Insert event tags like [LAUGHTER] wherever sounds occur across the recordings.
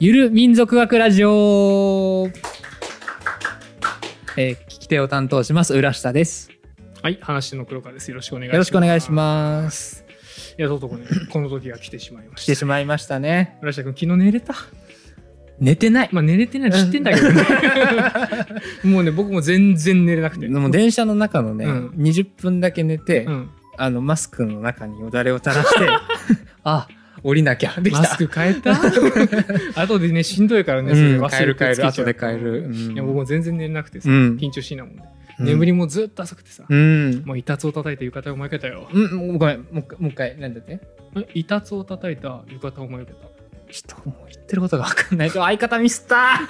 ゆる民族学ラジオ、えー、聞き手を担当します浦下ですはい、話の黒川です。よろしくお願いします。よろしくお願いしす。ますいや、とうとうね、この時が来てしまいまししてた。しまいましたね村下君、昨日寝れた寝てないまあ、寝れてないの知ってんだけど [LAUGHS] ね。もうね、僕も全然寝れなくて。でも電車の中のね、うん20分だけ寝て、うん。あのマスクの中によだれを垂らしてあ降りなきゃできたマスク変えた [LAUGHS] 後でね、しんどいからね、それう忘ん、れて帰る帰るつけちゃう後で帰る、うんいや、僕も全然寝れなくてさ、うん緊張しいなもんで。眠りもずっと浅くてさ、うん、もう板つを叩いた浴衣を思い受けたよ。うんうん、ごめんもう一回もう一回なんだってえ板つを叩いた浴衣を思い受けた。ちょっともう言ってることが分かん [LAUGHS] ないと相方ミスった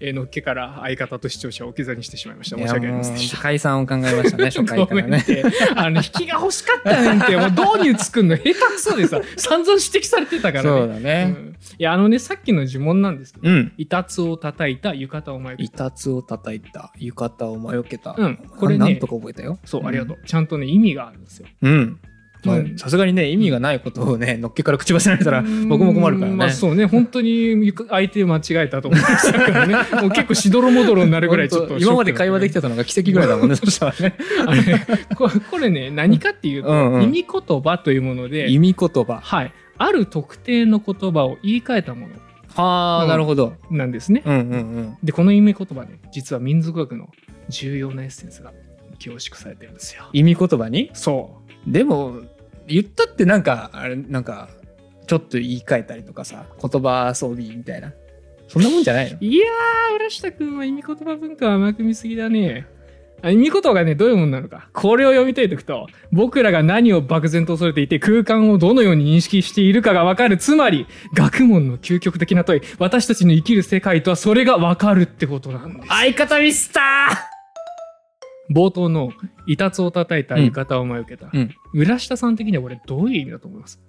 えーのっけから相方と視聴者を置き去りにしてしまいました。い申やし訳ありませんでしたもう。解散を考えましたね初回からごめんねてあの引きが欲しかったねんってもう導入作るの下手くそでさ散々指摘されてたからねそうだねうんいやあのねさっきの呪文なんですけど、うんイタツを叩いた浴衣を前いたつを叩いた浴衣を魔よけた、うんこれねなんとか覚えたよそうありがとう、ちゃんとね意味があるんですようんまあうんさすがにね意味がないことをねのっけから口ばせられたら僕も困るからうね、んまあそうね本当に相手間違えたと思いましたか [LAUGHS] らねもう結構しどろもどろになるぐらいちょっと本当今まで会話できたてたのが奇跡ぐらいだもんねそしたらねあれここれね何かっていうと、うんうん意味言葉というもので [LAUGHS] 意味言葉はいある特定の言葉を言い換えたものはあ、うんなるほどなんですねうんうんうんでこの意味言葉ね実は民族学の重要なエッセンスが凝縮されてるんですよ意味言葉にそでも言ったってなんかあれなんかちょっと言い換えたりとかさ言葉遊びみたいなそんなもんじゃないのういやー浦下君は意味言葉文化は甘く見すぎだねあ意味言葉がねどういうものなのかこれを読み解いていくと僕らが何を漠然と恐れていて空間をどのように認識しているかがわかるつまり学問の究極的な問い私たちの生きる世界とはそれがわかるってことなんです相方ミスタ冒頭の「いたつを叩いた浴衣を前受けた」ーうん浦下さん的にはこれどういう意味だと思います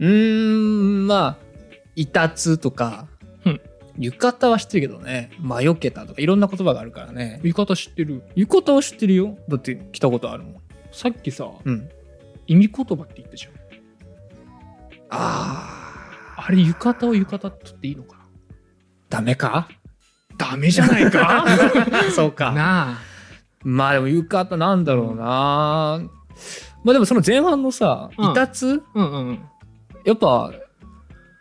うーんまあいたつとか、うん浴衣は知ってるけどね魔よけたとかいろんな言葉があるからね浴衣知ってる浴衣は知ってるよだって着たことあるもん、さっきさうん、意味言葉って言ったじゃんああれ浴衣を浴衣とっていいのかなーダメか [LAUGHS] ダメじゃないかそうか [LAUGHS] なあまあでも浴衣なんだろうな、まあでもその前半のさうんいたつうんうんやっぱ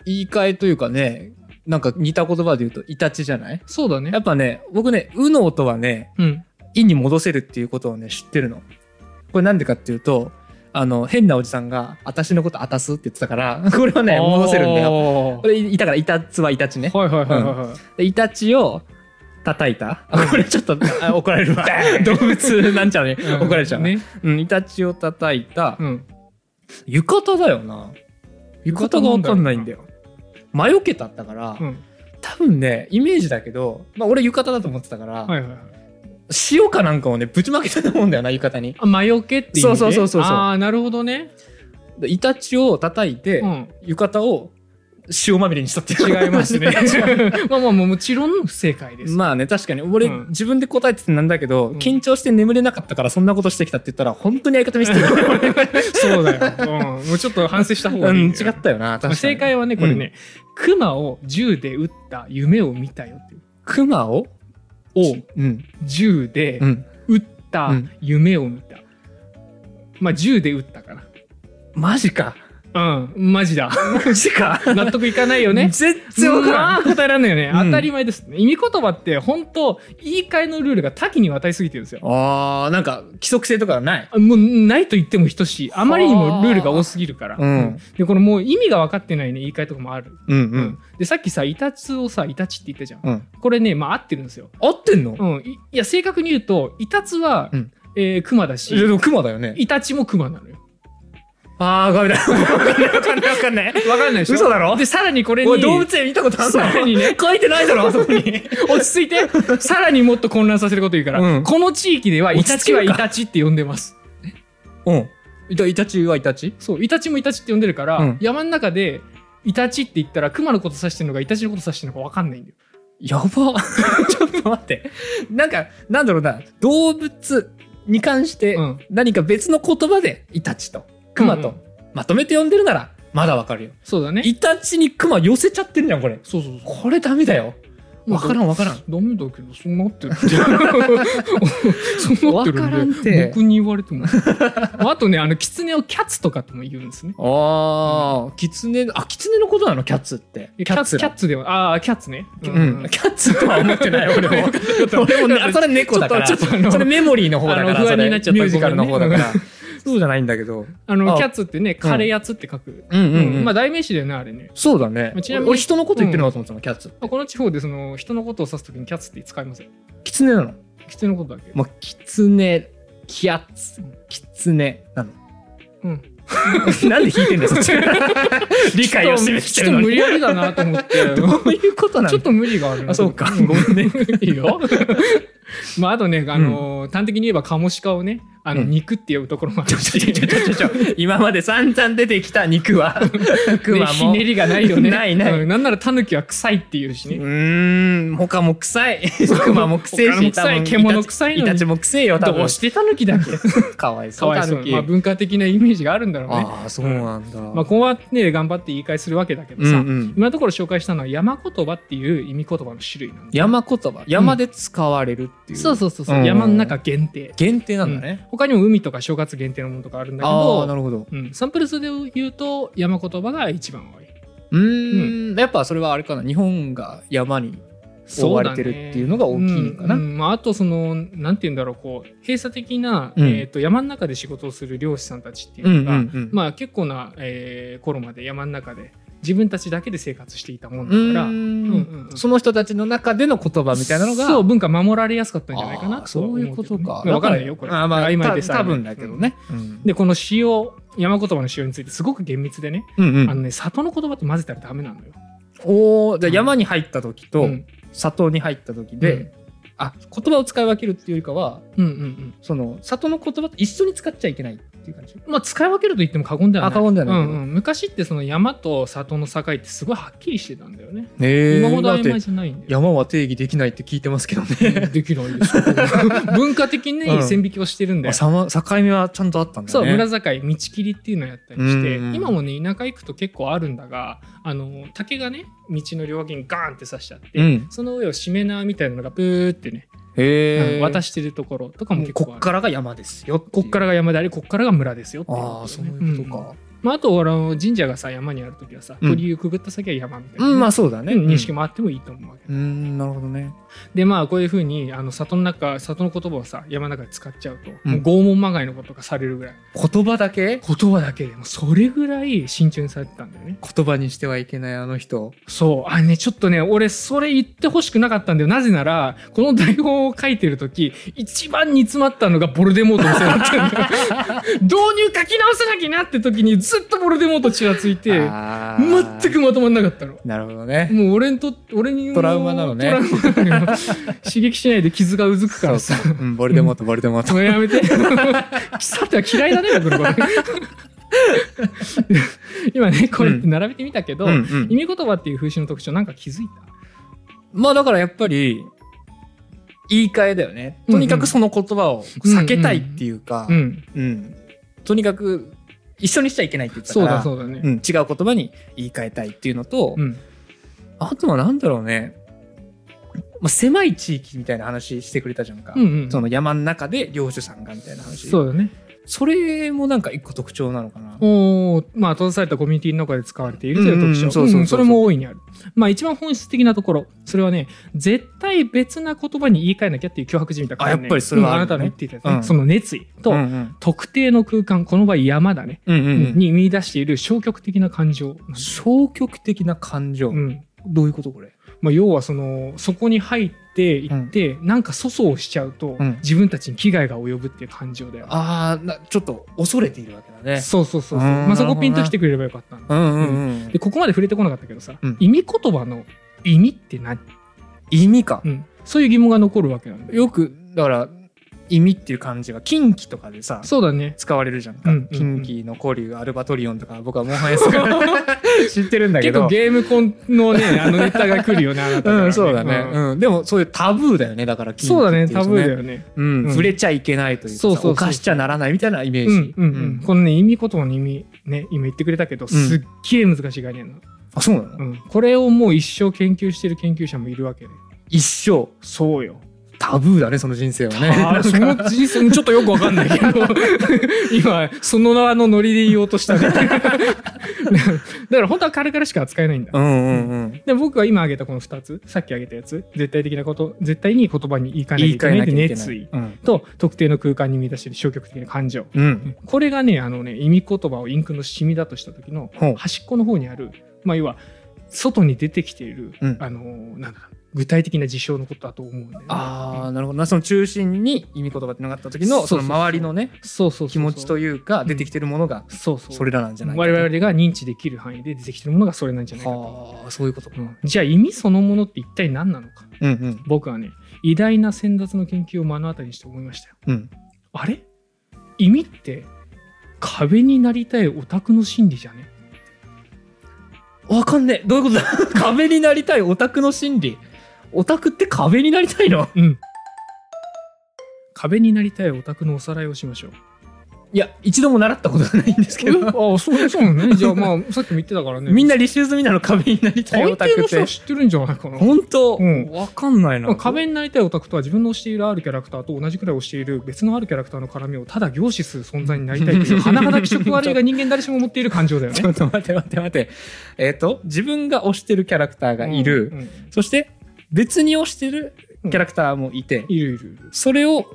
言い換えというかねなんか似た言葉で言うといたちじゃないそうだねやっぱね僕ね「う」の音はねうん意に戻せるっていうことをね知ってるのこれなんでかっていうとあの変なおじさんが「私のことあたす」って言ってたから [LAUGHS] これをね戻せるんだよよこれいたから「いたつ」は「いたちねはいはいはいはい、はい」で「いたち」を叩いたあこれちょっとあ [LAUGHS] 怒られるわ動物なんちゃらに怒られちゃう、ね、うん、イタチを叩いた、うん、浴衣だよな浴衣が分かんないんだよ魔除けたったから、うん、多分ねイメージだけど、まあ、俺浴衣だと思ってたから、はいはいはい塩かなんかをねぶちまけてたもんだよな浴衣にあ魔除けっていう意味そうでそうそうそうそうああなるほどね、でイタチを叩いて、うん、浴衣を塩まみれにしたっていう違いま [LAUGHS] すねまあまあもちろん不正解です、まあね確かに俺、うん自分で答えててなんだけど、うん緊張して眠れなかったからそんなことしてきたって言ったら本当に相方見せて [LAUGHS] る、 [LAUGHS] そうだよ、うん、もうちょっと反省した方うがいいん、違よったよな確かまあに正解はねこれね、熊を銃で撃った夢を見たよっていう熊ををうん銃でうん撃った夢を見た、まあ銃で撃ったかマジからうんマジだマジか [LAUGHS] 納得いかないよね全然わからまん。あ答えられないよね、うん当たり前です意味言葉って本当言い換えのルールが多岐にわたりすぎてるんですよあー、なんか規則性とかはない。もうないと言っても等しいあまりにもルールが多すぎるから、うんうんでこのもう意味が分かってないね言い換えとかもある、うんう。でさっきさイタチをさイタチって言ったじゃんうん。これねまあ合ってるんですよ合ってんのうん、いいや正確に言うとイタツは、うんえークマだしいやでも熊だよね。イタチもクマなのよ。あー、ガメだ。わかんないわかんない。わかんないでしょ嘘だろでさらにこれにおい、動物園見たことあんのさらに [LAUGHS] ね書いてないだ [LAUGHS] ろ、あそこに。落ち着いてさらにもっと混乱させること言うから、うんこの地域ではイタチはイ落ち着けるかタチって呼んでます。うん。いた、イタチはイタチそうイタチもイタチって呼んでるから、うん山の中でイタチって言ったらクマのこと指してるのかイタチのこと指してるのかわかんないんだよ。やば。ち [LAUGHS] ょっと待って。なんか、なんだろうな、動物に関してうん何か別の言葉でイタチと熊うとんまとめて呼んでるなら、まだわかるよ。そうだねイタチにクマ寄せちゃってるじゃん、これ。そうそうそこれダメだよ。うわからんわからん。ダメだけどそうな [LAUGHS] ってるってそうなってるわからんんでって僕に言われても [LAUGHS] あとねあの狐をキャッツとかとも言うんですねああ、キツネ、あ、キツネのことなのキャッツって。キャッツキャらッツではああーキャッツねうん、キャッツとは思ってない、 [LAUGHS] 俺も。俺もね、あそれ猫だから。ちょっとちょっとあのそれメモリーの方だからあ、の不安それになっちゃったミュージカルの方だかご [LAUGHS] ら。そうじゃないんだけど。あのあキャッツってねカレーやつって書く、うんうんうんまあ代名詞だよねあれねそうだね。ちなみに俺人のこと言ってるのかと思ってたの、キャッツ。この地方でその人のことを指すときにキャッツって使いますよキツネなの。狐のことだけ [LAUGHS] まあ、キツネ、キャッツ、キツネなの。 [LAUGHS] うんなんで弾いてんだよ、 [LAUGHS] そっち。理解を示してるのちょっと無に。理やりだなと思ってどういうことなちょのっと無理があるなあ、そうか。んごめんね。いいよ。 [LAUGHS] まあ、あとね、あのー端的に言えば、カモシカをね、あの、うん肉って呼ぶところもあちるょちょし、ちょちょちょちょ今まで散々出てきた肉 [LAUGHS] はクねマひも、ねりがないよ [LAUGHS] ね。ないないうんなんならタヌキは臭いって言うしうね。ーん他も臭い [LAUGHS] クマも臭い他もし臭い多分獣臭いのにイタチも臭いよ多分どうしてタヌキだっけかわい [LAUGHS] そかうわいそう狸まあ、文化的なイメージがあるんだろうね。ああそうなんだ、まあ、ここはね、頑張って言い返するわけだけどうさ、んうん今のところ紹介したのは、山言葉っていう意味言葉の種類なんだ。山言葉山で使われるっていう、そうそうそうそう、うん山の中限定。限定なんだね、他にも海とか正月限定のものとかあるんだけああなど、るほどうん、サンプル数で言うと山言葉が一番多い。うーん、やっぱそれはあれかな日本が山に覆われてるっていうのが大きいのかなそうだねうんうんまあ、あとそのなんて言うんだろうこう閉鎖的な、うんえー、と山の中で仕事をする漁師さんたちっていううんのうんが、うん、まあ、結構な、えー頃まで山の中で自分たちだけで生活していたもうーんだかんら。うんうんうんその人たちの中での言葉みたいなのがそう文化守られやすかったんじゃないかあーなとはそ思ういけどねうことか。まあわかんないよこれあーまあ、曖昧でさた多分だけどね。うんでこの使用山言葉の使用についてすごく厳密でね、うんうんあのね里の言葉と混ぜたらダメなのよ。おお、じゃあうん山に入った時と、うん里に入った時で、うんあ、言葉を使い分けるっていうよりかは、うんうんうんその、里の言葉と一緒に使っちゃいけないっていう感じ。まあ、使い分けると言っても過言ではない。あ過言ではないうんうん昔ってその山と里の境ってすごいはっきりしてたんだよね。え今ほど曖昧じゃないんだよ。山は定義できないって聞いてますけど [LAUGHS] うん。できないですよ。文化的にうん線引きをしてるんだよ。さま境目はちゃんとあったんだね。そう、村境、道切りっていうのをやったりして、うんうん今もね、田舎行くと結構あるんだが、あの、竹がね、道の両脇にガーンって刺しちゃって、うん。その上をしめ縄みたいなのがブーってね、へえ。渡してるところとかも結構ある。こっからが山ですよ。。こっかららが山であり、こっからが村ですよっていうことね、ああ、そういうことんか。まあ、あとあの神社がさ山にある時はさうん鳥居をくぐった先は山みたいなうね、ん、まあそうだね。うん認識も。もあってもいいと思うわけ、うん、なるほどね。でまあこういうふうにあの里の中里の言葉をさ山の中で使っちゃうと、うんもう拷問まがいのことがされるぐらい言葉だけ言葉だけでもそれぐらい慎重にされてたんだよね言葉にしてはいけないあの人。そうあねちょっとね俺それ言ってほしくなかったんだよなぜならこの台本を書いてる時一番煮詰まったのがボルデモートのせいだったんだよ [LAUGHS] 導入書き直さなきゃなって時にずっとボルデモートちらついてあー全くまとまんなかったのなるほどね。もう俺にとって俺にトラウマなのねトラウマなのよ刺激しないで傷がうずくからさそうそううん、ボルデモート、ボルデモ [LAUGHS] ート。もうやめて腐っては嫌いだね僕の [LAUGHS] こと今ねこれって並べてみたけど、うんうん意味言葉っていう風習の特徴なんか気づいまあだからやっぱり、言い換えだよね。とにかくその言葉を避けたいっていうかた、うんうんとにかく一緒にしちゃいけないって言ってたそうかだら、そうだねうん違う言葉に言い換えたいっていうのとう、んあとはなんだろうね。まあ、狭い地域みたいな話してくれたじゃんか。うんうんその山の中で領主さんがみたいな話。そうだねそれもなんか一個特徴なのかな。おーまあ閉ざされたコミュニティの中で使われているという特うんうん徴そうそうそうそううんそれも大いにあるまあ一番本質的なところそれはね絶対別な言葉に言い換えなきゃっていう脅迫じみた観念あやっぱりそれはうんああるねなたの言っていたやつねうんその熱意と、うんうん特定の空間この場合山だね、うんうんうんに見出している消極的な感情なんです消極的な感情、うんどういうことこれまあ、要はそのそこに入っていって、なんか粗相をしちゃうと、うん自分たちに危害が及ぶっていう感情だよ、ああちょっと恐れているわけだねそうそうそうそううーんまあ、そこピンとなるほどねきてくれればよかったのうんうんうんでここまで触れてこなかったけどさ、うん意味言葉の意味って何、意味かうんそういう疑問が残るわけなんだよよくだから意味っていう漢字が近畿とかでさそうだね。使われるじゃんか、うんうんうん近畿の交流アルバトリオンとか僕はモンハンやすから [LAUGHS] 知ってるんだけ結ど構ゲームコンのね、 [LAUGHS] あのネタが来るよね、あなたからうん、そうだね、うんうん、でもそういうタブーだよねだから近畿そうだね、っていタブーだよね。うんうん触れちゃいけないというかさそうそうそうそう犯しちゃならないみたいなイメーうジ、んうんうん、このね意味言葉の意味ね今言ってくれたけど、すっげえ難しい概念なの、あそうなの、うん、これをもう一生研究してる研究者もいるわけで一生そうよ、タブーだねその人生はねあーその人生ちょっとよくわかんない [LAUGHS] けど今その名のノリで言おうとした [LAUGHS] ねだから本当は軽々しか扱え [LAUGHS] ないんだ、うんうんうんで僕が今挙げたこの2つさっき挙げたやつ絶対的なこと絶対に言葉に言い換えなきゃ言いいけ換えないなってきゃいけな熱い意うんと特定の空間に満たしてる消極的な感情うんこれがねあのね意味言葉をインクの染みだとした時のほう端っこの方にある、まあ、要は外に出てきている、うんあのなんだ具体的な事象のことだと思うんだよね。あうあんなるほどなその中心に意味言葉ってのがあった時そのうそそうのそう周りのねそうそうそう気持ちといういうか出てきてるものがそうそうそれらなんじゃないか我々が認知できる範囲で出てきてるものがそれなんじゃないかと、はあそういうことかうんじゃあ意味そのものって一体何なのかうんうん僕はね偉大な先達の研究を目の当たりにして思いましたよ。うんあれ意味って壁になりたいオタクの心理じゃねわかんねえどういうことだ [LAUGHS] 壁になりたいオタクの心理オタクって壁になりたいのうん。壁になりたいオタクのおさらいをしましょう。いや一度も習ったことがないんですけどああ、そうそうなのね。じゃあまあ、さっきも言ってた [LAUGHS] からね。みんな、な履修済みなの壁になりたいオ大タク抵っの人ては知ってるんじゃないかな。本当うんわかんないな壁になりたいオタクとは自分の推しているあるキャラクターと同じくらい推している別のあるキャラクターの絡みをただ凝視する存在になりたいという、甚だ気色悪いが人間誰しも持っている感情だよねち。ょっと待って待って待ってえっ、と自分が推してるキャラクター [LAUGHS] がいる、うんうんそして別に推してるキャラクターもいて、いるいるいる。それを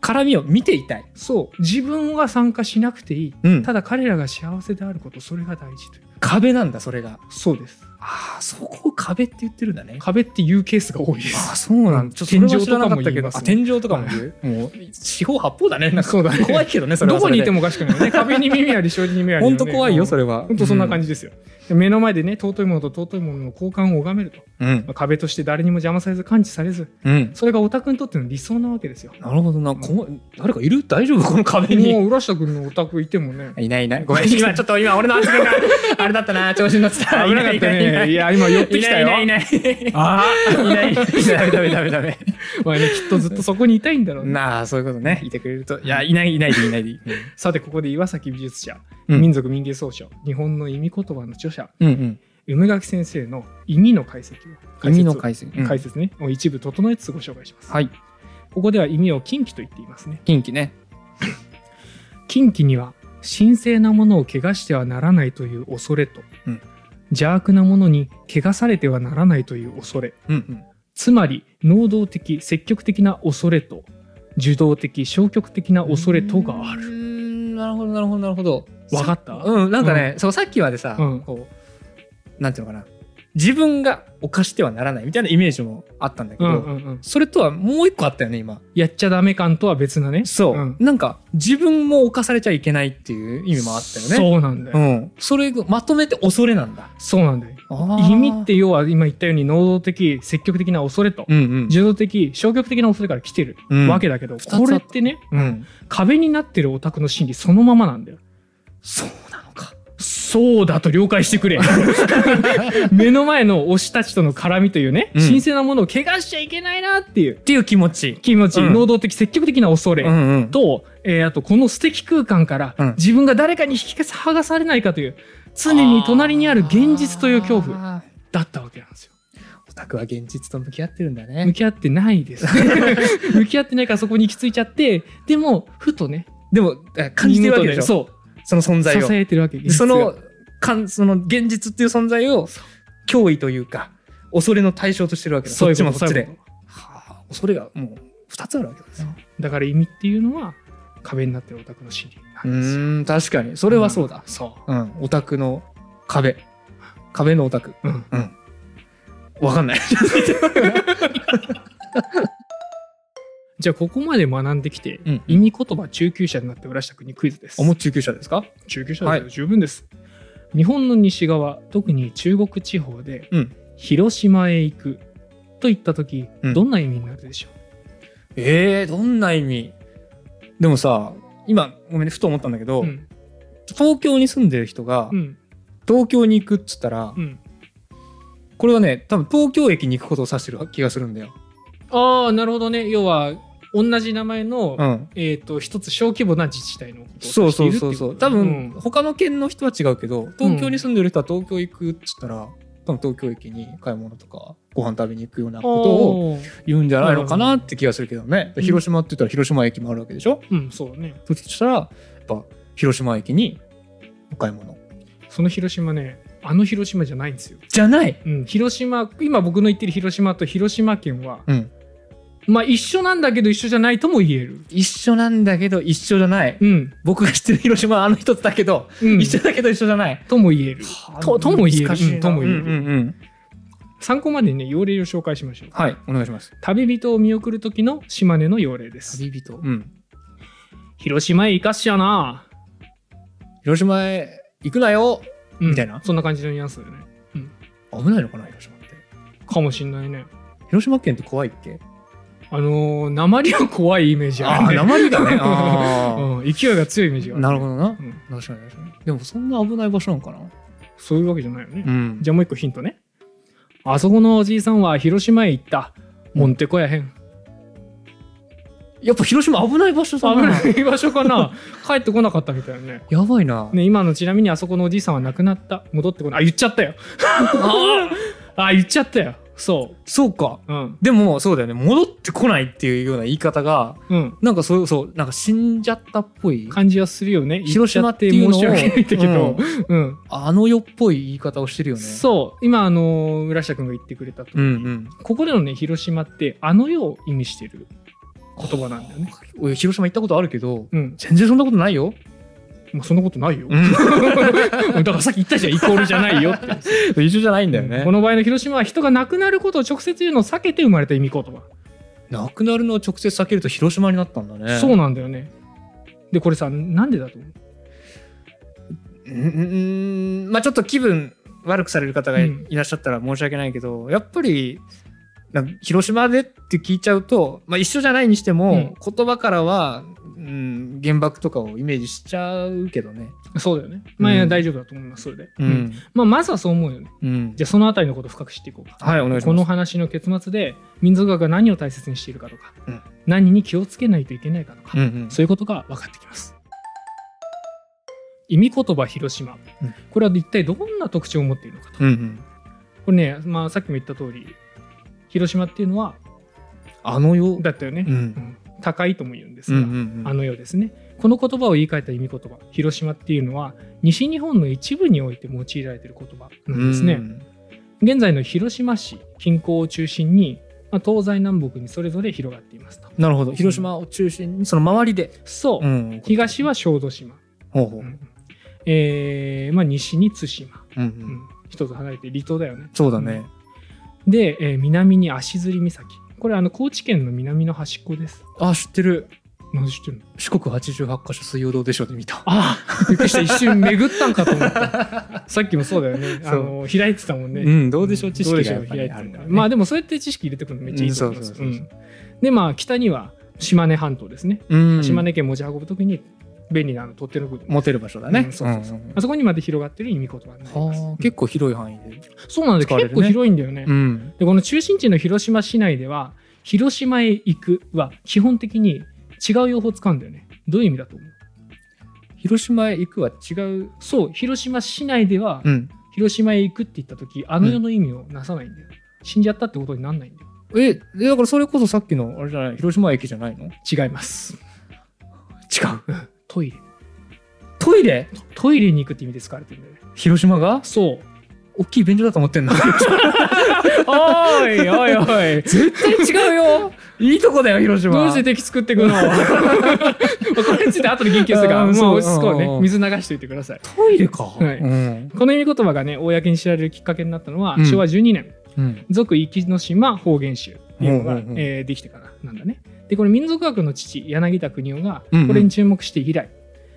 絡みを見ていたい、そう。自分は参加しなくていい。うんただ彼らが幸せであること、それが大事という。壁なんだそれがそうです。ああそこを壁って言ってるんだね壁っていうケースが多いです。ああそうなんだ、うんちょっとそれは知らなかった天けど井とかも言いますあね天井とかも言う、もう四方八方だねなんかそうだね怖いけどねそれどはこにいてももおかしくないよ [LAUGHS] ね。壁に耳あり、障子に目あり、ね。本当怖いよそれ。れは本当そんな感じじですよ。で目の前でね、尊いものと尊いものの交換を拝めると。うんまあ壁として誰にも邪魔されず感知されず、うん、それがオタクにとっての理想なわけですよ。なるほどな怖い誰かいる大丈夫この壁にもう浦下君のオタクいてもね。いないいない。ごめん、今ちょっと今俺の発言があれだったな、調子に乗ってた。危なかったいなね。いいいや、今寄ってきたないいよ。ないいないいない。あいないいない。ダメダメダメダメ。あ。まあね、きっとずっとそこにいたいんだろうね。なあ、そういうことね。いてくれると。いや、いないいないでいいないでいい。さて、ここで岩崎美術者、うん民族民芸奏者、日本の意味言葉の著者、うんうん。梅垣先生の意味の解析を解説を。耳の解説。うん解説ね、を一部整えつつご紹介します。はい。ここでは意味を近畿と言っていますね。近畿ね。近畿には神聖なものを汚してはならないという恐れと、うん邪悪なものに汚されてはならないという恐れうんうん。つまり能動的積極的な恐れと受動的消極的な恐れとがある。うーんなるほど、なるほど、なるほど。わかったうん、なんかね、そう、さっきまでさ、うんこう、なんていうのかな。自分が犯してはならないみたいなイメージもあったんだけうんうど、んうん、それとはもう一個あったよね、今。やっちゃダメ感とは別なねそう、んなんか自分も犯されちゃいけないっていう意味もあったよね。そうなんだよ、うん、それがまとめて恐れなんだ。そうなんだよ意意味味っって、て要は今言ったように能動的積極的な恐れと、うんうん受動的消極的な恐れから来てるうんわけだけど、つあったこれってね、うん、壁になってるオタクの心理そのままなんだよそうなのか。そうだと了解してく [LAUGHS] れ。目の前の推したちとの絡みというね、うん神聖なものを怪我しちゃいけないなっていうっていう気持ち。気持ち、うん能動的、積極的な恐れ。んうん、と、えーあと、この素敵空間から、うん自分が誰かに引き剥がされないかという、常に隣にある現実という恐怖あだったわけなんですよ。ー。オタクは現実と向き合ってるんだ向ね。き合ってな [LAUGHS] いです。向き合ってないからそこに行き着いちゃって、でも、ふとね、でもえ感じてるわけでしょ。そう。その存在支を。えてるわけ。現実そがのかんその現実っていう存在を脅威というか恐れの対象としてるわけだ。そうそいっうちもこと、そっそうちいうでこ。はあ、恐れがもう二つあるわけですよ。と。だから意味っていうのは、壁になってるオタクの心理うなんですよ。ーん確かにそれはそうだ、そうん、オタクの壁壁のオタクう。うん。わかんないじゃあ、ここまで学んできて、うん意味言葉中級者になって浦下君にクイズです。おも中級者ですか中級者はでい十分です。日本の西側、特に中国地方で、うん広島へ行くと言った時、うんどんな意味になるでしょう、ええー、どんな意味でもさ今ごめんねふと思ったんだけど、うん東京に住んでる人がうん東京に行くっつったら、うんこれはね多分東京駅に行くことを指してる気がするんだよ。ああなるほどね要は同じ名前の、うん、えっ、と一つ小規模な自治体のことをそうそう指してそいるうっていそううこと多ね分、他の県の人は違うけど東京に住んでる人は東京行くっつったら、多分東京駅に買い物とかご飯食べに行くようなことをを言うんじゃないのかなって気がするけどね、うん広島って言ったら広島駅もあるわけでしょ、うんそうだねそしたらやっぱ広島駅にお買い物その広島ねあの広島じゃないんですよ、じゃないうん、広島今僕の言ってる広島と広島県はうんまあ一緒なんだけど一緒じゃないとも言える一緒なんだけど一緒じゃないうん、僕が知ってる広島はあの一つだけど、う [LAUGHS] ん、一緒だけど一緒じゃないとも言えるととも言える難しいなうんとも言えるうんうんうん参考までにね用例を紹介しましょうはいお願いします旅人を見送る時の島根の用例です旅人うん広島へ行かっしゃな、広島へ行くなようんみたいなそんな感じのニュアンスだよね危ないのかな広島ってかもしんないね広島県って怖いっけあのー、鉛は怖いイメージあるねあー鉛 [LAUGHS] がねあーうん、勢いが強いイメージがある、なるほどなど、うん、確かに確かにでもそんな危ない場所なのかなそういうわけじゃないよね、うんじゃあもう一個ヒントねあそこのおじいさんは広島へ行ったもんてこやへんやっぱ広島危ない場所危だなない場所かな帰ってこなかったみたいなねやばいな、ね今のちなみにあそこのおじいさんは亡くなった戻ってこないあ言っちゃったよあー [LAUGHS] あ言っちゃったよそそうかううんでもそうだよね戻ってこないっていうような言い方がうんなんかそうそうなんか死んじゃったっぽい感じはするよね広島っていうのを言っちゃって申し訳ないんだけど、うんあの世っぽい言い方をしてるよねそう今あのー村下君が言ってくれたと、うんうんここでのね広島ってあの世を意味してる言葉なんだよね俺広島行ったことあるけどうん、全然そんなことないよ、まあ、そんなことないよ、ん、 [LAUGHS] [LAUGHS] だからさっき言ったじゃんイコールじゃないよって一緒じゃないんだよねこの場合の広島は人が亡くなることを直接言うのを避けて生まれた意味言葉、なくなるのを直接避けると広島になったんだねそううなんだよねでこれさなんでだと思ううんうんまあちょっと気分悪くされる方がいらっしゃったら申し訳ないけど、やっぱりなんか広島でって聞いちゃうと、まあ、一緒じゃないにしても、言葉からは、うん、原爆とかをイメージしちゃうけどね。そうだよねまあ、いやうん大丈夫だと思いますそれで、うんまあ、まずはそう思うよねうんじゃあそのあたりのことを深く知っていこうかはいお願いします。この話の結末で民族学が何を大切にしているかとか、うん何に気をつけないといけないかとか、うんうんそういうことが分かってきます。意味言葉広島、うんこれは一体どんな特徴を持っているのかと、うんうん、これね、まあ、さっきも言った通り広島っていうのはあの世だったよね、うんうん高いとも言うんですうんが、うんうあんのようですねこの言葉を言い換えた意味言葉広島っていうのは西日本の一部において用いられている言葉なんですね。うん現在の広島市近郊を中心に、まあ、東西南北にそれぞれ広がっていますとなるほど広島を中心にその周りで、そう、ん東は小豆島、ほうほううんえーまあ、西に対馬、うんううんん、一つ離れて離島だよねそうだね、で、えー南に足摺岬これあの高知県の南の端っこですあ知ってる何で知ってるの四国八十八箇所水曜どうでしょうで見たああびっくりした一瞬巡ったんかと思った [LAUGHS] さっきもそうだよねあの開いてたもんね、んどうでしょう知どう識でがやっしょうぱり開いてあたるんかだら、ね、まあでもそうやって知識入れてくるのめっちゃいいと思います、うんそうそうそううんでまあ北には島根半島ですね、うん島根県持ち運ぶときに便利なあの取っ手の部分モテる場所だね、うんそうそうそうんんあそこにまで広がってる意味言葉になります、はあ結構広い範囲でそうなんです使われよ、るね結構広いんだよね、んでこの中心地の広島市内では広島へ行くは基本的に違う用法を使うんだよねどういう意味だと思う広島へ行くは違うそう広島市内ではうん広島へ行くって言った時あの世の意味をなさないんだよ、死んじゃったってことになんないんだよえでだからそれこそさっきのあれじゃない広島駅じゃないの違違いますうトイレトイレトイレに行くって意味で使われてるんだよね [LAUGHS] 広島がそう大きい便所だと思ってんのおい [LAUGHS] おいおい絶対違う [LAUGHS] よいいとこだよ広島どうして敵 [LAUGHS] 作ってくのまあこれについて後で言及するかうら、んまあ、そう落ち着こうんううんねう。ん水流しておいてください。トイレか、はいうんこの意味言葉がね、公に知られるきっかけになったのは、うん昭和12年、うん俗壱の島方言集っていうのが、うんうんうんえーできてからなんだね。で、これ民族学の父、柳田国男がうんう、んこれに注目して以来、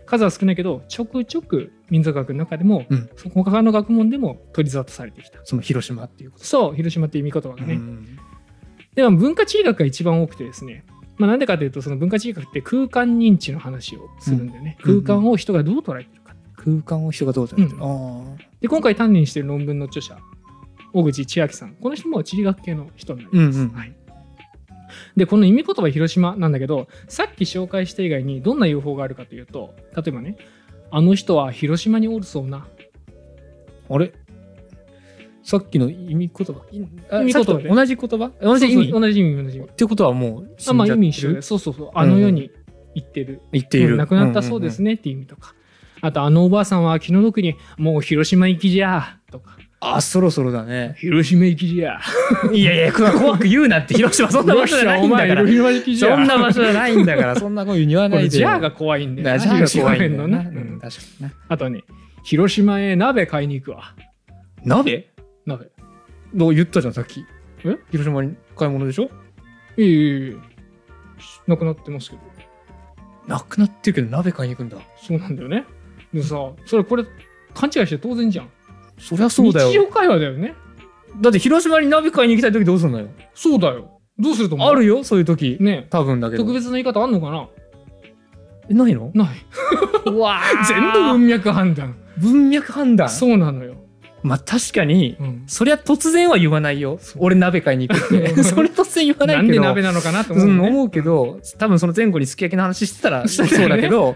数は少ないけど、ちょくちょく民族学の中でも、うんその他の学問でも取り沙汰されてきた。その広島っていうこそう、広島って意味言葉とがね。うんでは文化地理学が一番多くてですねまあ、なんでかというとその文化人格って空間認知の話をするんだよね、うん空間を人がどう捉えてるか空間を人がどう捉えてる、うああで今回担任している論文の著者小口千秋さんこの人も地理学系の人になります、うんうんはい、でこの意味言葉広島なんだけどさっき紹介した以外にどんな UFO があるかというと例えばねあの人は広島におるそうなあれさっきの意味言葉あ意味言葉さっきと同じ言葉同じ意味そうそう同じ意味同じ意味ってことはもう死あんじゃまってあ意る味一緒でそうそうそうあの世に行ってる、言っている、うん亡くなったそうですね、ねっていう意味とか、あとあのおばあさんは気の毒にもう広島行きじゃとかあそろそろだね広島行きじゃいやいや怖く言うなって広島そんな場所じゃないんだから広島行きじゃそんな場所じゃないんだから [LAUGHS] そんなこと言わなこいでれじゃあが怖いんだよだなじゃあが怖いん広島だよ弁のな、な、うん、確かになあとね広島へ鍋買いに行くわ鍋鍋どう言ったじゃんさっきえ広島に買い物でしょいいいいいいなくなってますけどなくなってるけど鍋買いに行くんだそうなんだよねでもさそれこれ勘違いして当然じゃんそりゃそうだ日常よ会話だよねだって広島に鍋買いに行きたい時どうすんのよそうだよどうすると思うあるよそういう時ね多分だけど特別な言い方あんのかなえないのない [LAUGHS] 全部文脈判断文脈判断そうなのよ、まあ確かにうんそりゃ突然は言わないよ俺鍋買いに行くっ [LAUGHS] てそれ突然言わないけどなんで鍋なのかなと思うう,、ん、ね思うけど多分その前後にすき焼きの話してたらしてそうたよねだけど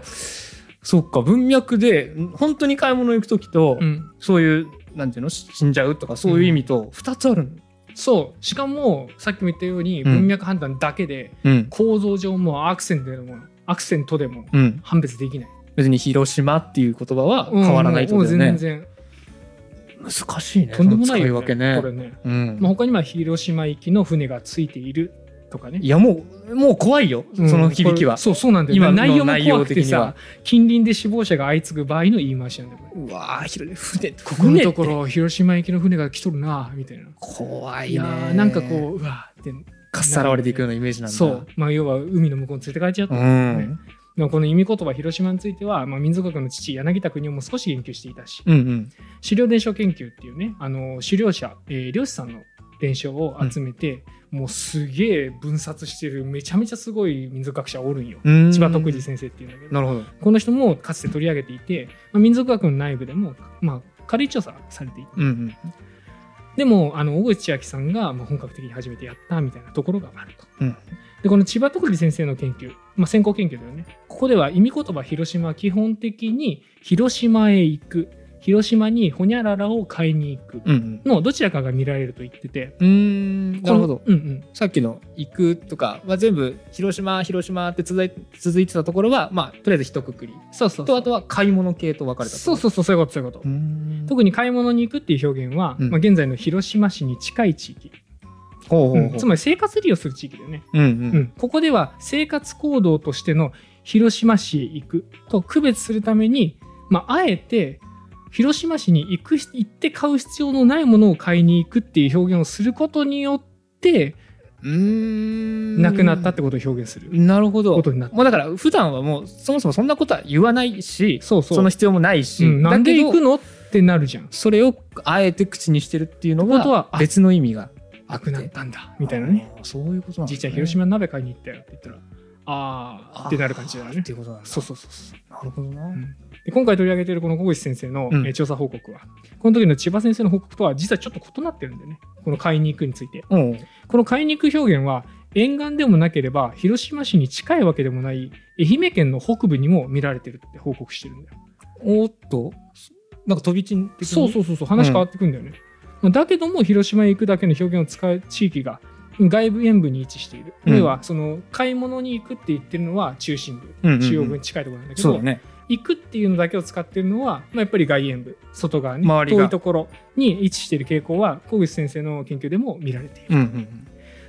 そっか文脈で本当に買い物行く時と、うん、そういうなんていうのし死んじゃうとかそういう意味と2つあるの、そうしかもさっきも言ったようにうん文脈判断だけでうん構造上もアクセントでもアクセントでもうん、判別できない、別に「広島」っていう言葉は変わらないってとこもとうだよ全ね、然難しいねとんでもないよ、ね、その使い分けねこれね、うんまあ、他には広島行きの船がついているとかねいやもうもう怖いよ、うんその響きこれはそうそうなんだよ今の内容も内容怖くて的にはさ近隣で死亡者が相次ぐ場合の言い回しなんだよこれうわー広い船ここのところ広島行きの船が来とるなみたいな怖いいねやーなんかこううわーってかっさらわれていくようなイメージなんだそう、まあ、要は海の向こうに連れて帰っちゃった、うでん、もこの意味言葉広島については、まあ、民族学の父柳田国夫も少し言及していたしうんうん狩猟伝承研究っていうねあの狩猟者、えー漁師さんの伝承を集めて、もうすげえ分殺してるめちゃめちゃすごい民族学者おるんよ、うん千葉徳次先生っていうんだけど、なるほどこの人もかつて取り上げていて、まあ、民族学の内部でも、まあ、軽い調査されていたうんうんでもあの小口千秋さんがまあ本格的に初めてやったみたいなところがあると。うんでこの千葉徳利先生の研究、まあ、先行研究だよねここでは意味言葉広島は基本的に広島へ行く広島にほにゃららを買いに行くうんのどちらかが見られると言ってて。うんうんなるほどこのうんさっきの「行く」とかは全部「広島広島」って続い続いてたところはまあとりあえず一括りうん。そうそうそとう。あとは買い物系と分かれたそうそうそう、そういうこと、そういうこと。ん特に買い物に行くっていう表現は、うんまあ、現在の広島市に近い地域、ほうほうほう、うんつまり生活利用する地域だよね。うんううんん、ここでは生活行動としての広島市へ行くと区別するために、まあ、あえて広島市に行く行って買う必要のないものを買いに行くっていう表現をすることによってうーん亡くなったってことを表現するなるほどことになった。もうだから普段はもうそもそもそんなことは言わないしそうそそう。の必要もないし、うんなんで行くのってなるじゃん。それをあえて口にしてるっていうのってことははあ別の意味がなくなったんだみたいなね。あーそういうことなんだねじいちゃん広島に鍋買いに行ったよって言ったらあーってなる感じだよあーねっ。ていうことなんだそうそうそうそう。なるほどな、んで今回取り上げているこの小口先生の、うんえー調査報告はこの時の千葉先生の報告とは実はちょっと異なってるんだよねこの買いに行くについてうんこの買いに行く表現は沿岸でもなければ広島市に近いわけでもない愛媛県の北部にも見られてるって報告してるんだよおーっとなんか飛び地的にそうそうそうそう話変わってくんだよね、まあだけども広島へ行くだけの表現を使う地域が外部沿部に位置している、うん要はその買い物に行くって言ってるのは中心部うんうんうん中央部に近いところなんだけど、そうだね行くっていうのだけを使ってるのは、まあ、やっぱり外縁部外側ね周りが遠いところに位置している傾向は小口先生の研究でも見られている、うんうん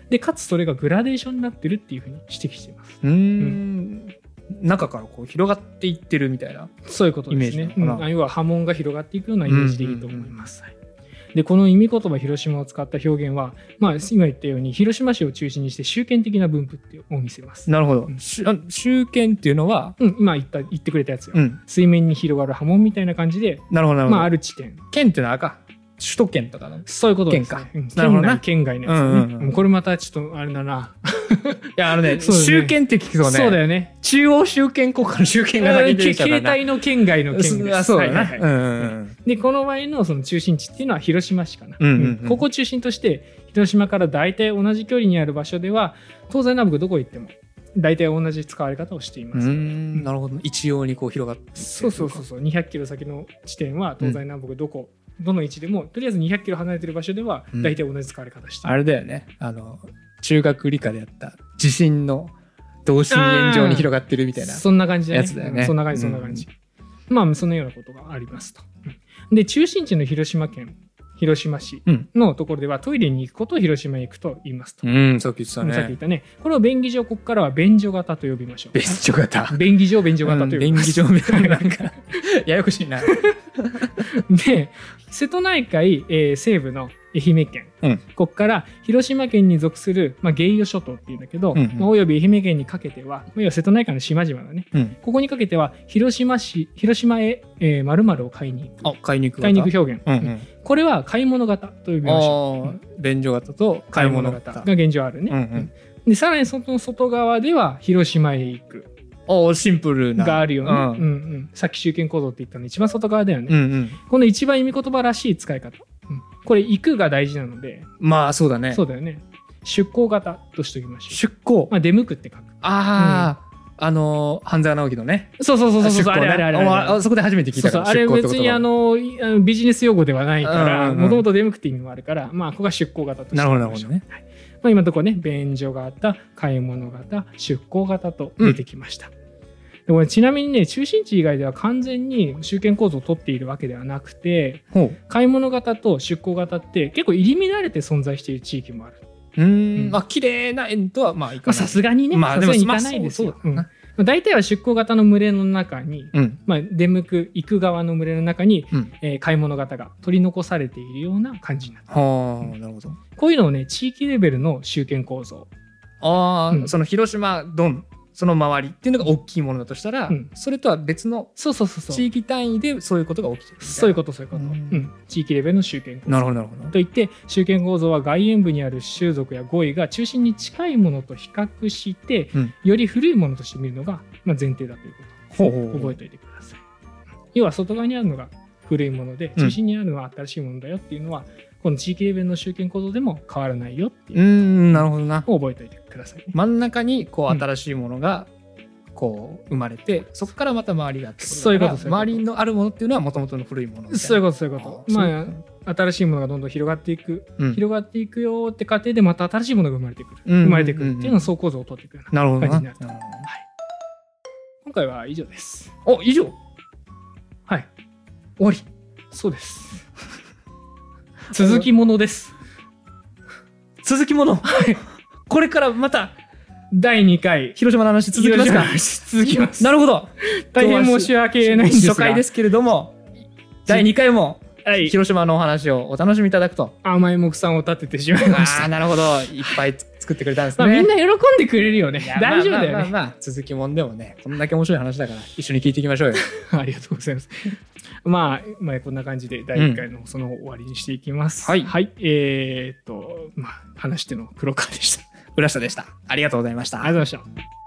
でかつそれがグラデーションになってるっていうふうに指摘していますうーん中からこう広がっていってるみたいな。そういうことですイメーねジなのかなうん要は波紋が広がっていくようなイメージでいいと思います、はいでこの意味言葉広島を使った表現は、まあ、今言ったように広島市を中心にして集権的な分布っていうを見せます、なるほどう。んしあ集権っていうのは、うん、今言った言ってくれたやつよ、うん、水面に広がる波紋みたいな感じで、なるほどなるほど。まあ、ある地点権っていうのは赤。首都圏とかの。いそういうことです、ね。県うんなるほど県な内、県外のやつねうんうんうんうんこれまたちょっとあれだな。や、あの [LAUGHS] ね、そうだね集権って聞くとね、そうだよね。中央集権国家の集権が先に出てきちゃうから携な。帯の県外の県です。あそうだな。はいはいはういんうんで、この場合のその中心地っていうのは広島市かな。うんうんうんここを中心として、広島から大体同じ距離にある場所では、東西南北どこ行っても、大体同じ使われ方をしていうん。うます。んなるほど。一様にこう広がっていってるそうそうそうそう200キロ先の地点は東西南北どこ、どの位置でもとりあえず200キロ離れてる場所ではうん大体同じ使われ方してある、れだよね。あの、中学理科でやった地震の同心円状に広がってるみたいな。そんな感じだねやつだよねうんそんな感じそんな感じ、まあそのようなことがありますとうんで中心地の広島県広島市うん。のところではトイレに行くことを広島へ行くと言いますと、うん、さっき言ってたさっき言ねっ。たねこれを便宜上ここからは便所型と呼びましょう便所型。便宜上便所型うとん呼び便ま宜しょ上みたいな、なんか、 [LAUGHS] ややこしいな。う、 [LAUGHS] で瀬戸内海、えー西部の愛媛県うん。ここから広島県に属する、まあ、芸予諸島っていうんだけど、うんうんまあおよび愛媛県にかけては、まあ要は瀬戸内海の島々だね、うんここにかけては広島市広島へ、えー、〇〇を買いに行あく、買いに行く買いに行く表現、うんうん。これは買い物型と呼びあましょあ、便所型とう買い物型。が現状あるね、うんうん。でさらにその外側では広島へ行くああ、シンプルな。があるよね、うんう。うんんさっき集権行動って言ったの一番外側だよね、うんうん。この一番意味言葉らしい使い方、うんこれ行くが大事なので、まあ、そうだねそ。うだよね出向型としておきましょう出向。まあ、出向くって書く。ああ、あの、半沢直樹のね。そうそうそうそうそう、出向あねれあれあれおあ前れ。そこで初めて聞いそたうそうから。あれ出向って別言に葉あのいあのビジネス用語ではないかうんらうんうんもともと出向くって意味もあるからまあここが出向型としてなるほど、なるほどね。まあ、今のところね便所型買い物型出向型と出てきました、でこれちなみにね中心地以外では完全に集権構造を取っているわけではなくてほう。買い物型と出向型って結構入り乱れて存在している地域もあるうー、うんんまあ、綺麗な円とは、まあ、いまかあないさ。すがにね、まあさすがに行かないでもですよ、まあそうそうだなうんまあ大体は出向型の群れの中にうん。まあ、出向く行く側の群れの中に、うんえー買い物型が取り残されているような感じになるはあ、なるほど。こういうのをね地域レベルの集権構造ああ、うんその広島ドン、その周りっていうのが大きいものだとしたら、うんそれとは別のそうそうそうそ地う域単位でそういうことが起きてるみたいな。そういうことそういうこと、ううんん地域レベルの集権構なる造ほど、なるほど。といって集権構造は外縁部にある習俗や語彙が中心に近いものと比較して、うんより古いものとして見るのが、まあ、前提だということほうほうほ覚うえておいてください。要は外側にあるのが古いものでうん中心にあるのは新しいものだよっていうのは、この地域レベルの集権構造でも変わらないよっていううーん、なるほどな。のを覚えておいてくださいね。真ん中にこううん新しいものがこう生まれて、そこからまた周りがってだからそういうことそういうこと周りのあるものっていうのはもともとの古いものみたいなそういうことそういうこと。まあ新しいものがどんどん広がっていくうん広がっていくよって過程でまた新しいものが生まれてくるうん生まれてくるっていうのを総構造を取っていくようななるほど感じにななると。はい、今回は以上です。お以上終はいわりそうです。続きものです。続きものこれからまた第2回広島の話続きますか続きます。なるほど大変申し訳ないんですが。初回ですすけれども第2回もはい。広島のお話をお楽しみいただくと甘い目算を立ててしまいましあた。あなるほどいっぱい作ってくれたんですまあ、ねみんな喜んでくれるよねいや。大丈夫だまあまあまよあね。まあ続きもんでもねこんだけ面白い話だから一緒に聞いていきましょ [LAUGHS] うよありがとうございます。まあ、まあ、こんな感じで第1回のその終わりにしていきます。はいはい。えーっと、まあ、話しての黒川でした。浦下でしたありがとうございましたありがとうございました。